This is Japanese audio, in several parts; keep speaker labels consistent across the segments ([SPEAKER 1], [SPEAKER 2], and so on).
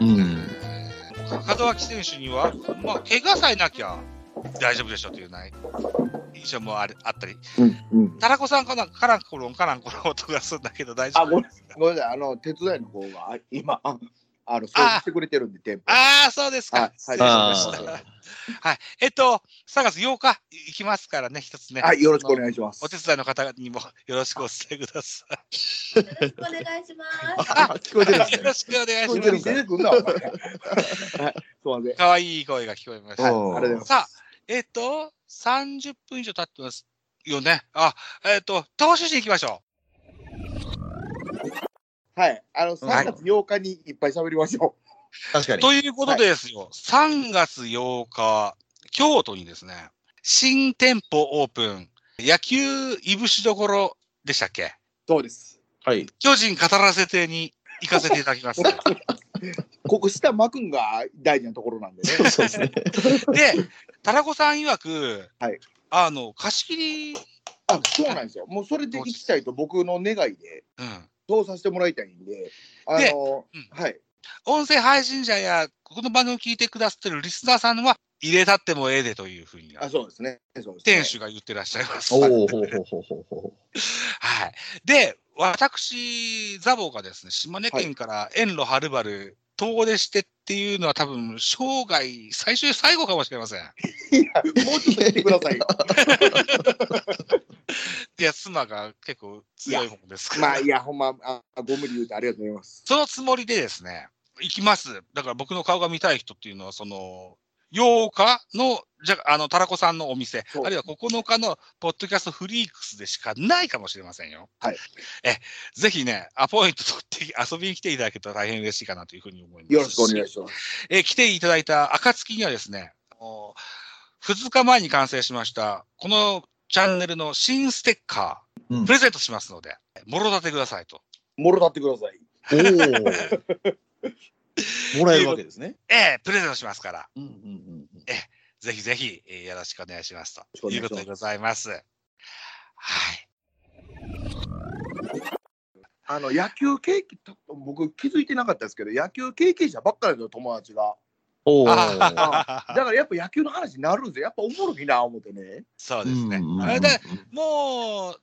[SPEAKER 1] うん。
[SPEAKER 2] 門脇選手には、まあ、怪我さえなきゃ大丈夫でしょというない印象もあれあったり、
[SPEAKER 3] うんうん。
[SPEAKER 2] タラコさんかなんか、カランコロン、カランコロン音がするんだけど大丈
[SPEAKER 3] あ、
[SPEAKER 2] 夫
[SPEAKER 3] ごめんごめんなさい。あの、手伝いの方があ今、ああの、掃除してくれてるんで、店舗。
[SPEAKER 2] ああ、そうです
[SPEAKER 3] は
[SPEAKER 2] か
[SPEAKER 3] い。
[SPEAKER 2] 失礼しま
[SPEAKER 3] そ
[SPEAKER 2] し
[SPEAKER 3] うそうそう
[SPEAKER 2] た。はい。えっと、3月8日行きますからね、一つね。
[SPEAKER 3] はい、よろしくお願いします
[SPEAKER 2] お。手伝いの方にもよろしくお伝えください。
[SPEAKER 4] よろしくお願い します。
[SPEAKER 3] あ、聞こえてるんです
[SPEAKER 2] よろしくお願い
[SPEAKER 3] 聞こ
[SPEAKER 2] し
[SPEAKER 3] えて
[SPEAKER 2] ま
[SPEAKER 3] るん
[SPEAKER 2] す。
[SPEAKER 3] 出てくんな、お前 はい、すいません。
[SPEAKER 2] かわいい声が聞こえました。
[SPEAKER 3] はい、あれです。
[SPEAKER 2] さあ、えっ、と、30分以上経ってますよね。あ、えっ、と、投手陣行きましょ
[SPEAKER 3] はい、あの、3月8日にいっぱい喋りましょ
[SPEAKER 1] 確か
[SPEAKER 2] う。
[SPEAKER 1] に。
[SPEAKER 2] ということでですよ、3月8日、京都にですね、新店舗オープン、野球いぶしどころでしたっけ
[SPEAKER 3] う。そうです。
[SPEAKER 1] はい。
[SPEAKER 2] 巨人語らせてに行かせていただき ます。
[SPEAKER 3] ここ、下巻くんが大事なところなんでね。
[SPEAKER 1] そうですね。
[SPEAKER 2] で、タラコさん曰く、
[SPEAKER 3] はい
[SPEAKER 2] あの、貸し切り、
[SPEAKER 3] あ、そうなんですよ。もうそれで行きたいと僕の願いで、
[SPEAKER 2] うん、
[SPEAKER 3] そうさせてもらいたいんで、あの、
[SPEAKER 2] うん
[SPEAKER 3] はい。
[SPEAKER 2] 音声配信者や、この番組を聞いてくださってるリスナーさんは、入れたってもええでというふうに、
[SPEAKER 3] あ、そうですね。そうですね
[SPEAKER 2] 店主が言ってらっしゃいます。はい。
[SPEAKER 1] おお、ほうほうほうほうほ
[SPEAKER 2] で、私、ザボがですね、島根県から遠路はるばる遠出してっていうのは多分、生涯最終最後かもしれません。
[SPEAKER 3] もうちょっと来てくださいよ。
[SPEAKER 2] いや、妻が結構強いもんですから。
[SPEAKER 3] まあ、いや、ほんま、あご無理言うてありがとうございます。
[SPEAKER 2] そのつもりでですね、行きます。だから僕の顔が見たい人っていうのは、その、8日の、じゃ、あの、タラコさんのお店、
[SPEAKER 3] そう
[SPEAKER 2] あるいは9日の、ポッドキャストフリークスでしかないかもしれませんよ。
[SPEAKER 3] はい。
[SPEAKER 2] え、ぜひね、アポイント取って遊びに来ていただけたら大変嬉しいかなというふうに思います。
[SPEAKER 3] よろしくお願いします。
[SPEAKER 2] えー来ていただいた暁にはですね、お2日前に完成しました、このチャンネルの新ステッカー、
[SPEAKER 1] うん
[SPEAKER 2] プレゼントしますので、もろ立てくださいと。
[SPEAKER 3] もろたってください。
[SPEAKER 1] う。おお。もらえるわけですね。
[SPEAKER 2] ええプレゼントしますから、
[SPEAKER 1] うんうんうん。
[SPEAKER 2] ぜひぜひ、えーよろしくお願いしますと
[SPEAKER 3] よ
[SPEAKER 2] い
[SPEAKER 3] ろし
[SPEAKER 2] う
[SPEAKER 3] く
[SPEAKER 2] こ
[SPEAKER 3] お願いします
[SPEAKER 2] とでございます。はい。
[SPEAKER 3] あの野球経験、た僕気づいてなかったですけど、野球経験者ばっかりの友達が。
[SPEAKER 1] おお。
[SPEAKER 3] あだからやっぱ野球の話になるんですよ。やっぱおもろいな、思ってね。
[SPEAKER 2] そうですね。
[SPEAKER 1] うんうんうん
[SPEAKER 2] あれでもう、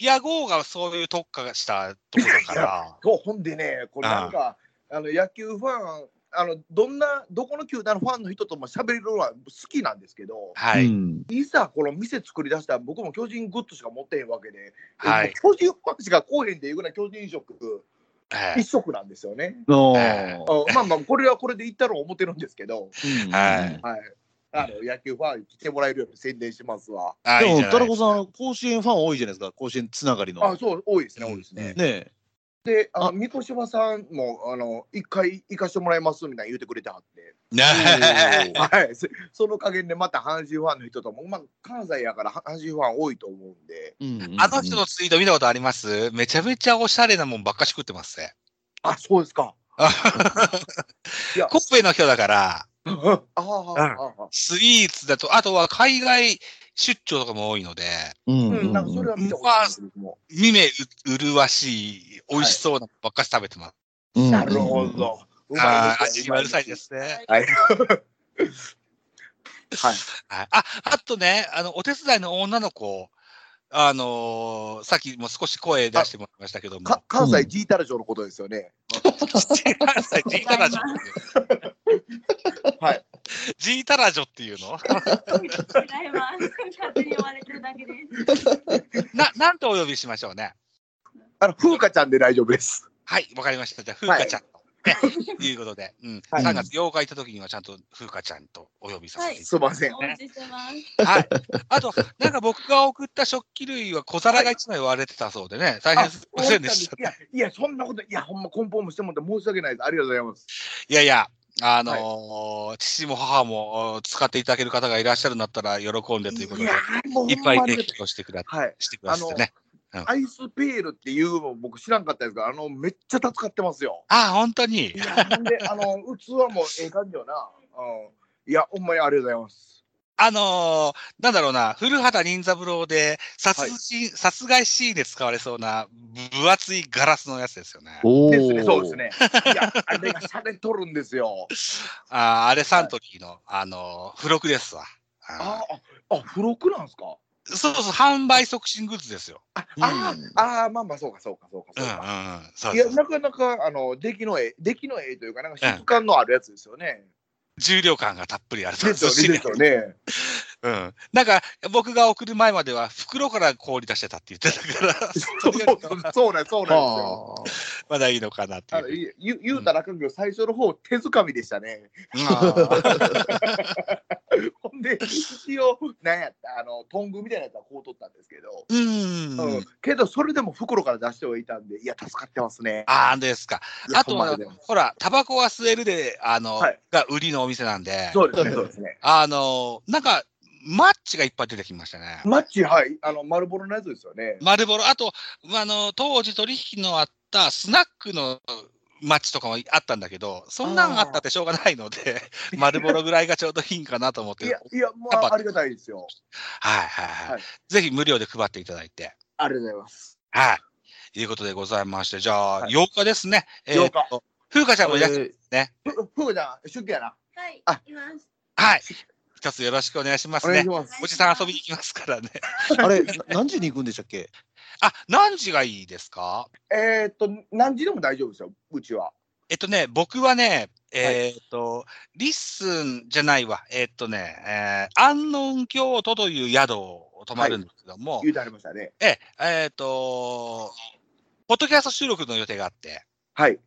[SPEAKER 2] 野号がそういう特化したところだから、
[SPEAKER 3] そうほんでね、これなんか、あの野球ファン、あのどんな、どこの球団のファンの人とも喋るのは好きなんですけど、
[SPEAKER 2] はい、
[SPEAKER 1] うん
[SPEAKER 3] いざこの店作り出したら、僕も巨人グッズしか持ってへんわけで、
[SPEAKER 2] はい、
[SPEAKER 3] もう巨人ファンしかこうへんっていうぐらい巨人色、
[SPEAKER 2] は
[SPEAKER 3] 一
[SPEAKER 2] い、
[SPEAKER 3] 色なんですよね。
[SPEAKER 1] お
[SPEAKER 2] え
[SPEAKER 1] ー
[SPEAKER 3] あまあまあ、これはこれでいったろう思ってるんですけど、
[SPEAKER 1] うん
[SPEAKER 2] はい
[SPEAKER 3] はい。あの野球ファンに来てもらえるように宣伝しますわ。
[SPEAKER 2] あ
[SPEAKER 1] で
[SPEAKER 2] いい
[SPEAKER 1] も
[SPEAKER 2] じ、ゃ
[SPEAKER 1] タ
[SPEAKER 2] な
[SPEAKER 1] ラ
[SPEAKER 2] い
[SPEAKER 1] コさん、あの甲子園ファン多いじゃないですか、甲子園つながりの。
[SPEAKER 3] あ、
[SPEAKER 1] ね
[SPEAKER 3] そう、多いですね、
[SPEAKER 2] うん
[SPEAKER 3] 多いですね。
[SPEAKER 1] え。
[SPEAKER 3] で、あ
[SPEAKER 1] あ
[SPEAKER 3] の、三越島さんも、あの、一回行かしてもらいますみたいに言ってくれてはって。
[SPEAKER 2] ね
[SPEAKER 3] はい、そその加減で、また阪神ファンの人とも、まあ、関西やから、は阪神ファン多いと思うんで。
[SPEAKER 1] うんうんうん
[SPEAKER 2] あの人のツイート見たことありますめちゃめちゃおしゃれなもんばっかし食ってますね。
[SPEAKER 3] あ、そうですか。いや、
[SPEAKER 2] 神戸の人だから、
[SPEAKER 3] ああ、ああ、
[SPEAKER 2] スイーツだと、あとは海外出張とかも多いので、
[SPEAKER 1] うん
[SPEAKER 3] う、
[SPEAKER 1] うんん
[SPEAKER 3] なんか、それは見たことないです僕も
[SPEAKER 2] 見目う麗しい、美味しそうなのばっかし食べてます。
[SPEAKER 1] うん
[SPEAKER 3] なるほど。う
[SPEAKER 2] ああ、
[SPEAKER 3] まいです
[SPEAKER 2] 味
[SPEAKER 3] ね
[SPEAKER 2] はうるさいで。すね。
[SPEAKER 3] はい。はい。
[SPEAKER 2] はいあ、あとね、あの、お手伝いの女の子、あのーさっきも少し声出してもらいましたけども、
[SPEAKER 3] か関西 G タラ城のことですよね。
[SPEAKER 2] 関西ジータラジョって いう。
[SPEAKER 3] はい。
[SPEAKER 2] ジータラジョっていうの
[SPEAKER 4] 違います。勝手に呼ばれてるだけです。
[SPEAKER 2] な、なんとお呼びしましょうね。
[SPEAKER 3] あの、風花ちゃんで大丈夫です。
[SPEAKER 2] はい、わかりました。じゃあ、風花ちゃんと。ということで、うん、
[SPEAKER 3] はい
[SPEAKER 2] 3月8日行った時にはちゃんと風花ちゃんとお呼びさせてい
[SPEAKER 3] すいません
[SPEAKER 4] お。待ちしてます。
[SPEAKER 2] ただきます。はい。あと、なんか僕が送った食器類は小皿が1枚割れてたそうでね、大変すいませんでした。
[SPEAKER 3] いや、いや、そんなこと、いや、ほんま、梱包もしてもらって申し訳ないです。ありがとうございます。
[SPEAKER 2] いやいや、あのー父も母もお使っていただける方がいらっしゃるんだったら喜んでということ
[SPEAKER 3] い
[SPEAKER 2] で
[SPEAKER 3] や、もうほんまに
[SPEAKER 2] いっぱい提供してくだ
[SPEAKER 3] はい。
[SPEAKER 2] してくださってね。
[SPEAKER 3] アイスペールっていうの僕知らんかったですが、あの、めっちゃ助かってますよ。
[SPEAKER 2] ああ、本当に
[SPEAKER 3] い。や、ほんで、あの、器もええ感じよな。うん。いや、ほんまにありがとうございます。
[SPEAKER 2] あのーなんだろうな、古畑任三郎で殺人、殺害シーンで使われそうな分厚いガラスのやつですよね。
[SPEAKER 1] おお。
[SPEAKER 3] ですね、そうです。ね。いや、あれが洒落とるんですよ。
[SPEAKER 2] あーあれサントリーの、あのー付録ですわ。あ
[SPEAKER 3] ああ、あ、付録なんですか。
[SPEAKER 2] ーそうそう、販売促進グッズですよ。
[SPEAKER 3] あ、あー、あー、まあまあ、そうか、そうか、そう
[SPEAKER 2] う
[SPEAKER 3] か、
[SPEAKER 2] んうん
[SPEAKER 3] そうか。
[SPEAKER 2] うん。そう
[SPEAKER 3] い
[SPEAKER 2] そ
[SPEAKER 3] や、
[SPEAKER 2] うそう
[SPEAKER 3] なかなか、あの、出来のええ、出来のええというか、なんか質感のあるやつですよね。
[SPEAKER 2] 重量感がたっぷりある
[SPEAKER 3] ですよね、ですよね。
[SPEAKER 2] うん。なんか、僕が送る前までは袋から氷出してたって言ってたから、
[SPEAKER 3] そうそうそう、そうなん、そうなんですよ。
[SPEAKER 1] はあ。
[SPEAKER 2] まだいいのかなって
[SPEAKER 3] あ
[SPEAKER 2] い
[SPEAKER 3] の
[SPEAKER 2] う。
[SPEAKER 3] い言う言うたらあかんけど、最初の方手づかみでしたね。
[SPEAKER 2] あ
[SPEAKER 3] ほんで、一応、なんやった、あの、トングみたいなやつはこう取ったんですけど、
[SPEAKER 2] ーうん。
[SPEAKER 3] うん、けど、それでも袋から出してはいたんで、いや、助かってますね。
[SPEAKER 2] ああ、ですか。
[SPEAKER 3] いや
[SPEAKER 2] あと
[SPEAKER 3] ほんま
[SPEAKER 2] は
[SPEAKER 3] でございま、す
[SPEAKER 2] ほら、タバコは吸えるで、あの、
[SPEAKER 3] はい
[SPEAKER 2] が売りのお店なんで、
[SPEAKER 3] そうですね、そうですね。
[SPEAKER 2] あの、なんか、マッチがいっぱい出てきましたね。
[SPEAKER 3] マッチ、はい、あの、丸ボロのやつですよね。
[SPEAKER 2] 丸ボロ、あと、あの、当時取引のあったスナックのマッチとかもあったんだけど、そんなんあったってしょうがないので、丸ボロぐらいがちょうどいいんかなと思っ
[SPEAKER 3] い
[SPEAKER 2] て
[SPEAKER 3] や、、いや、もう
[SPEAKER 2] やっぱ
[SPEAKER 3] ありがたいですよ。
[SPEAKER 2] はいはいは
[SPEAKER 3] はいい。
[SPEAKER 2] ぜひ無料で配っていただいて。
[SPEAKER 3] ありがとうございます。
[SPEAKER 2] はい。いうことでございまして、じゃあ、
[SPEAKER 3] はい
[SPEAKER 2] 8日ですね。
[SPEAKER 3] 8日
[SPEAKER 2] えーと風花ちゃんもいらっしゃ
[SPEAKER 1] え
[SPEAKER 3] ふふうちゃん、出勤やな。
[SPEAKER 4] はい
[SPEAKER 3] あ、
[SPEAKER 4] います。
[SPEAKER 2] はい。一つよろしくお願いし
[SPEAKER 1] ー
[SPEAKER 2] ま
[SPEAKER 1] お
[SPEAKER 2] す
[SPEAKER 1] 願い
[SPEAKER 2] ね
[SPEAKER 1] し。ます。
[SPEAKER 2] おじさん遊びに行きますからね。
[SPEAKER 1] あれ、な何時に行くんでしたっけ
[SPEAKER 2] あ、何時がいいですか
[SPEAKER 3] えーっと、何時でも大丈夫ですよ、うちは。
[SPEAKER 2] えっとね、僕はね、えーっと、リッスンじゃないわ。えっとね、えー、安穏京都という宿を泊まるんですけども、
[SPEAKER 3] 言うてありましたね。
[SPEAKER 2] えええーっと、ポッドキャスト収録の予定があって、
[SPEAKER 3] はい。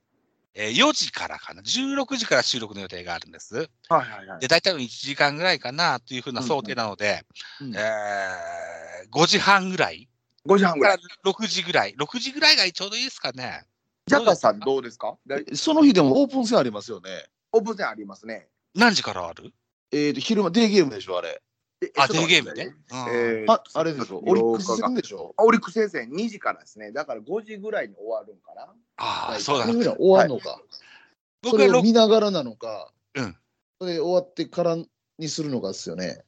[SPEAKER 2] えー4時からかな、16時から収録の予定があるんです。
[SPEAKER 3] はいはいはい。
[SPEAKER 2] で、大体1時間ぐらいかなというふうな想定なので、
[SPEAKER 1] うんうんうん
[SPEAKER 2] えー5時半ぐらい
[SPEAKER 3] 5時半ぐ
[SPEAKER 2] からら
[SPEAKER 3] い。
[SPEAKER 2] 6時ぐらい、6時ぐらいがちょうどいいですかね。
[SPEAKER 3] ジャカさん、どうですかだい
[SPEAKER 1] その日でもオープン戦ありますよね。
[SPEAKER 3] オープン戦ありますね。
[SPEAKER 2] 何時からある
[SPEAKER 1] えーと、昼間、デーゲームでしょ、あれ。
[SPEAKER 3] え
[SPEAKER 2] あ、
[SPEAKER 3] ちょっ
[SPEAKER 2] デ
[SPEAKER 3] と
[SPEAKER 2] ー
[SPEAKER 3] 待
[SPEAKER 2] ゲー
[SPEAKER 3] って
[SPEAKER 2] ム
[SPEAKER 3] ください
[SPEAKER 2] ね
[SPEAKER 3] ね。。
[SPEAKER 2] うん
[SPEAKER 3] えー
[SPEAKER 1] あ、あれでしょ、オリックス
[SPEAKER 3] 8
[SPEAKER 1] 戦
[SPEAKER 3] 日が
[SPEAKER 1] でしょ。
[SPEAKER 3] オリックス戦線2時からですね。だから5時ぐらいに終わるんかな。
[SPEAKER 2] ああ、そうだ
[SPEAKER 1] それ
[SPEAKER 2] な。
[SPEAKER 1] ぐらい終わるのか。そ
[SPEAKER 2] 僕は
[SPEAKER 1] れを
[SPEAKER 2] 6
[SPEAKER 1] 見ながらなのか、
[SPEAKER 2] うん
[SPEAKER 1] それ終わってからにするのかですよね。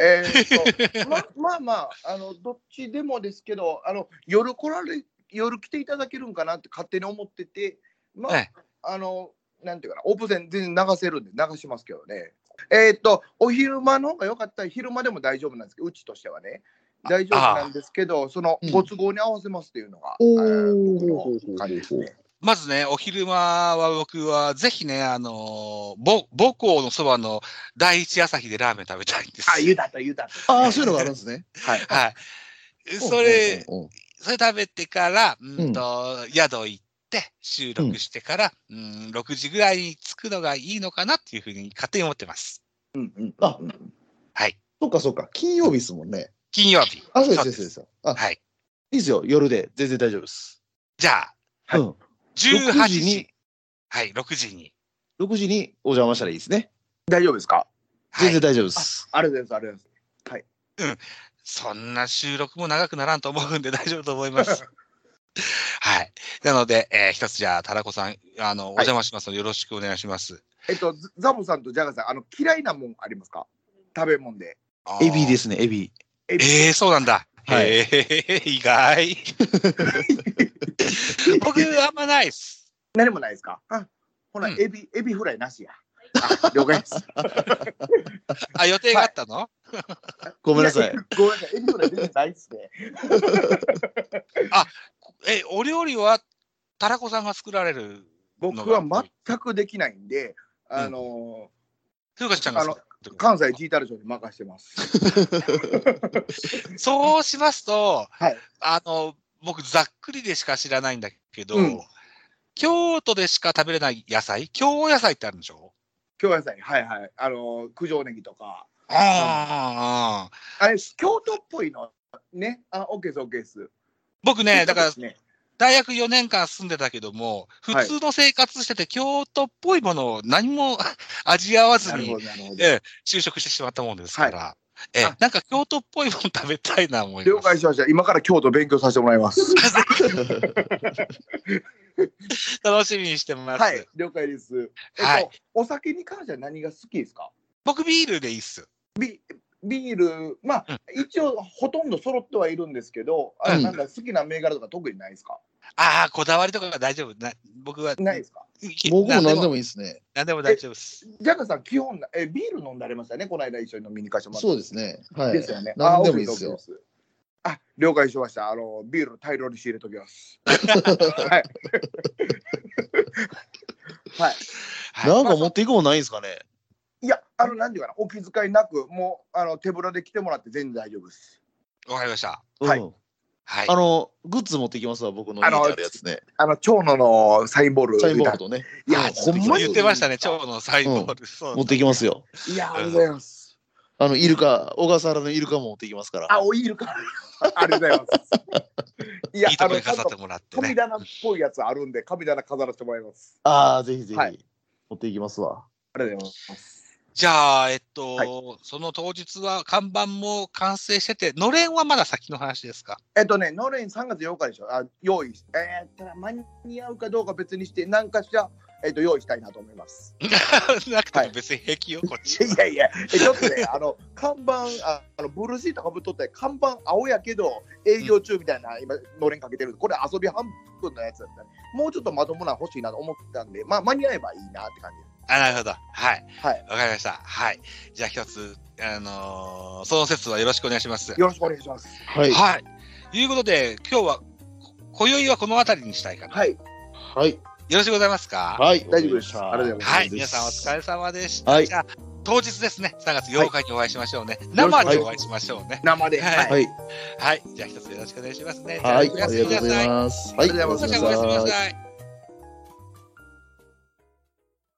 [SPEAKER 3] えーっ とままあまああの、どっちでもですけど、あの夜来られ、夜来ていただけるんかなって勝手に思ってて、まあ、
[SPEAKER 2] え
[SPEAKER 3] あの、なんていうかな、オープン戦全然流せるんで、流しますけどね。えーっと、お昼間の方が良かったら、昼間でも大丈夫なんですけど、うちとしてはね、大丈夫なんですけど、その
[SPEAKER 1] うん
[SPEAKER 3] ご都合に合わせますっていうのが、えー僕の感じですね。
[SPEAKER 2] まずね、お昼間は僕はぜひね、あのーぼ母校のそばの第一朝日でラーメン食べたいんです。
[SPEAKER 3] あ、言うたった、言うたった。
[SPEAKER 1] ああ、そういうのがあるんですね。
[SPEAKER 3] はい。
[SPEAKER 2] はい。それ、
[SPEAKER 1] うんうんうん、
[SPEAKER 2] それ食べてから、うんと、宿行って収録してから、うん、6時ぐらいに着くのがいいのかなっていうふうに勝手に思ってます。
[SPEAKER 3] うんうん
[SPEAKER 1] あ
[SPEAKER 3] うん
[SPEAKER 2] はい。
[SPEAKER 1] そっかそっか、金曜日ですもんね。
[SPEAKER 2] 金曜日。
[SPEAKER 1] あ、そうです、そうです。そうですあ、
[SPEAKER 2] はい
[SPEAKER 1] いいですよ、夜で、全然大丈夫です。
[SPEAKER 2] じゃあ、
[SPEAKER 3] はい
[SPEAKER 1] うん、
[SPEAKER 2] 18
[SPEAKER 1] 6時
[SPEAKER 2] 時
[SPEAKER 1] に
[SPEAKER 2] はい、6時に。
[SPEAKER 1] 6時にお邪魔したらいいですね。
[SPEAKER 3] 大丈夫ですか
[SPEAKER 2] は
[SPEAKER 1] 全然
[SPEAKER 2] い、
[SPEAKER 1] 大丈夫です。
[SPEAKER 3] ありがとうございます、
[SPEAKER 2] そんな収録も長くならんと思うんで大丈夫と思います。 はい。なので、えー一つじゃあ、タラコさん、あの、お邪魔しますので、よろしくお願いします。
[SPEAKER 3] ありがとうございます。えっと、ザザボさんとジャガさん、あの嫌いなもんありますか食べ物で。
[SPEAKER 2] あー
[SPEAKER 1] エビで。すね、エビ。
[SPEAKER 3] エビ
[SPEAKER 2] ええー、そうなんだ。
[SPEAKER 1] は
[SPEAKER 2] はいい、えー、意外。 僕、あんまないっす。
[SPEAKER 3] 何もないですかあほな、
[SPEAKER 2] うん
[SPEAKER 3] エビ、エビフライなしや。あ了解です。
[SPEAKER 2] あ、予定があったの、
[SPEAKER 1] ごめんなさい。
[SPEAKER 3] や。ごめんなさい、エビフライ全然ないっすね。
[SPEAKER 2] え、お料理は、タラコさんが作られる
[SPEAKER 3] 僕は全くできないんで、あの
[SPEAKER 2] 風花ちゃんが
[SPEAKER 3] あの
[SPEAKER 2] 作ってくれる
[SPEAKER 3] ー、関西ジータル賞に任してます。
[SPEAKER 2] そうしますと、
[SPEAKER 3] はい
[SPEAKER 2] あの僕、ざっくりでしか知らないんだけど、
[SPEAKER 3] うん
[SPEAKER 2] 京都でしか食べれない野菜、京野菜ってあるんでしょ
[SPEAKER 3] 京野菜、はいはい。あのー、九条ネギとか。
[SPEAKER 2] ああ、
[SPEAKER 3] あれ、京都っぽいの。ね。あ、オッケーです、オッケーです。
[SPEAKER 2] 僕ね、だから
[SPEAKER 3] そうですね
[SPEAKER 2] 大学4年間住んでたけども、
[SPEAKER 3] は
[SPEAKER 2] 普
[SPEAKER 3] い
[SPEAKER 2] 通の生活してて、京都っぽいものを何も 味わわず
[SPEAKER 3] なる
[SPEAKER 2] に
[SPEAKER 3] ほど、なるほど。
[SPEAKER 2] ええ就職してしまったもんですから、ええ
[SPEAKER 3] あ
[SPEAKER 2] なんか京都っぽいもの食べたいな思い
[SPEAKER 3] 了
[SPEAKER 2] ま
[SPEAKER 3] 解
[SPEAKER 2] す。
[SPEAKER 3] しました。今から京都勉強させてもらいます。
[SPEAKER 2] 楽しみにしてます。
[SPEAKER 3] はい、了解です。えっと、
[SPEAKER 2] はい
[SPEAKER 3] お酒に関しては何が好きですか
[SPEAKER 2] 僕、ビールでいいっす。
[SPEAKER 3] ビール、まあ、一応ほとんど揃ってはいるんですけど、あ
[SPEAKER 1] うん
[SPEAKER 3] なんか好きな銘柄とか特にないですか
[SPEAKER 2] ああ、こだわりとかが大丈夫。な僕は。
[SPEAKER 3] ないですか
[SPEAKER 1] 僕も何でも
[SPEAKER 2] いい。
[SPEAKER 1] いいですね。
[SPEAKER 2] 何でも大丈夫です。
[SPEAKER 3] ジャガさん、基本なえ、ビール飲んだれましたね、この間一緒に飲みに行かせてもらった
[SPEAKER 1] そうですね。はい。
[SPEAKER 3] ですよね。
[SPEAKER 1] 何でもいいです
[SPEAKER 3] あ
[SPEAKER 1] よ。。
[SPEAKER 3] OK あ、了解しました。あの、ビール大量に仕入れと きます。はい。はい。
[SPEAKER 2] はい
[SPEAKER 1] なんか持っていくもんないんですかね。
[SPEAKER 3] いや、あの、なんていうかな、お気遣いなく、もう、あの、手ぶらで来てもらって全然大丈夫です。
[SPEAKER 2] わかりました。
[SPEAKER 3] はい
[SPEAKER 1] うん
[SPEAKER 2] はい
[SPEAKER 1] あ。の、グッズ持ってきますわ、僕の家
[SPEAKER 3] あ
[SPEAKER 1] に
[SPEAKER 3] の
[SPEAKER 1] あるやつね。
[SPEAKER 3] あの、蝶野のサインボール。
[SPEAKER 1] チャイムボールとね。
[SPEAKER 3] いや、
[SPEAKER 1] あ
[SPEAKER 3] ほん
[SPEAKER 1] 持
[SPEAKER 3] ま
[SPEAKER 1] って
[SPEAKER 2] 言
[SPEAKER 3] に
[SPEAKER 1] き
[SPEAKER 2] ってて
[SPEAKER 1] ま
[SPEAKER 2] ま
[SPEAKER 1] し
[SPEAKER 2] したたね、蝶のサイボール。そう
[SPEAKER 1] 持ってきますよ。
[SPEAKER 3] いや、ありがとうございます。
[SPEAKER 1] あの、イルカ、小笠原のイルカも持ってきますから。
[SPEAKER 3] あ、おいるか。ありがとうございます。いや
[SPEAKER 2] いいと
[SPEAKER 3] あ
[SPEAKER 2] こ
[SPEAKER 3] の、
[SPEAKER 2] に
[SPEAKER 3] ちゃん
[SPEAKER 2] 飾っ
[SPEAKER 3] と
[SPEAKER 2] てもらって
[SPEAKER 3] 神
[SPEAKER 2] ね。
[SPEAKER 3] 棚っぽいやつあるんで、神棚飾らせてもらいます。
[SPEAKER 1] ああ、ぜひぜ
[SPEAKER 3] は
[SPEAKER 1] ひ。持っていきますわ。
[SPEAKER 3] ありがとうございます。
[SPEAKER 2] じゃあ、えっと、
[SPEAKER 3] は
[SPEAKER 2] その当日は看板も完成してて、のれんはまだ先の話ですか
[SPEAKER 3] えっとね、ノレン3月8日でしょ。あ、用意し、えー、ただ間に合うかどうか別にして、何かしら、えっと、用意したいなと思います。
[SPEAKER 2] なくても別に平気よ、こっち。
[SPEAKER 3] いやいや、えちょっとね、 あの、看板、ああのブルーシートかぶっとって、看板青やけど、営業中みたいな、今、のれんかけてる。これ遊び半分のやつだったねもうちょっとまともなの欲しいなと思ったんで、まあ、間に合えばいいなって感じ。
[SPEAKER 2] あ、なるほど。はい。
[SPEAKER 3] は
[SPEAKER 2] はいい。わかりました。はい。じゃあ一つ、あのーその説はよろしくお願いします。
[SPEAKER 3] よろしくお願いします。
[SPEAKER 1] はい。
[SPEAKER 2] はい。ということで、今日は、こ今宵はこの辺りにしたいかな。
[SPEAKER 3] はい、
[SPEAKER 1] はい。
[SPEAKER 2] よろしくございますか
[SPEAKER 1] はい。
[SPEAKER 3] 大丈夫です
[SPEAKER 1] わ
[SPEAKER 3] あ
[SPEAKER 1] か
[SPEAKER 3] り
[SPEAKER 1] り
[SPEAKER 3] がと
[SPEAKER 1] まし
[SPEAKER 3] うござ
[SPEAKER 1] た
[SPEAKER 2] はい。皆さんお疲れ様でした。
[SPEAKER 1] はい
[SPEAKER 2] じゃあ、当日ですね、3月8日にお会いしましょうね。生でお会いしましょうね。
[SPEAKER 3] 生で。
[SPEAKER 2] はい
[SPEAKER 3] はい
[SPEAKER 1] はい。
[SPEAKER 2] はい。じゃあ一つよろしくお願いしますね。
[SPEAKER 1] はい。
[SPEAKER 2] じ
[SPEAKER 1] あ
[SPEAKER 2] ゃ
[SPEAKER 1] りがとうござい
[SPEAKER 2] い。
[SPEAKER 1] ます。
[SPEAKER 3] ありがとうご
[SPEAKER 2] お
[SPEAKER 3] ざ
[SPEAKER 2] や
[SPEAKER 3] い
[SPEAKER 2] す
[SPEAKER 3] ま
[SPEAKER 2] み
[SPEAKER 3] す
[SPEAKER 2] なさい。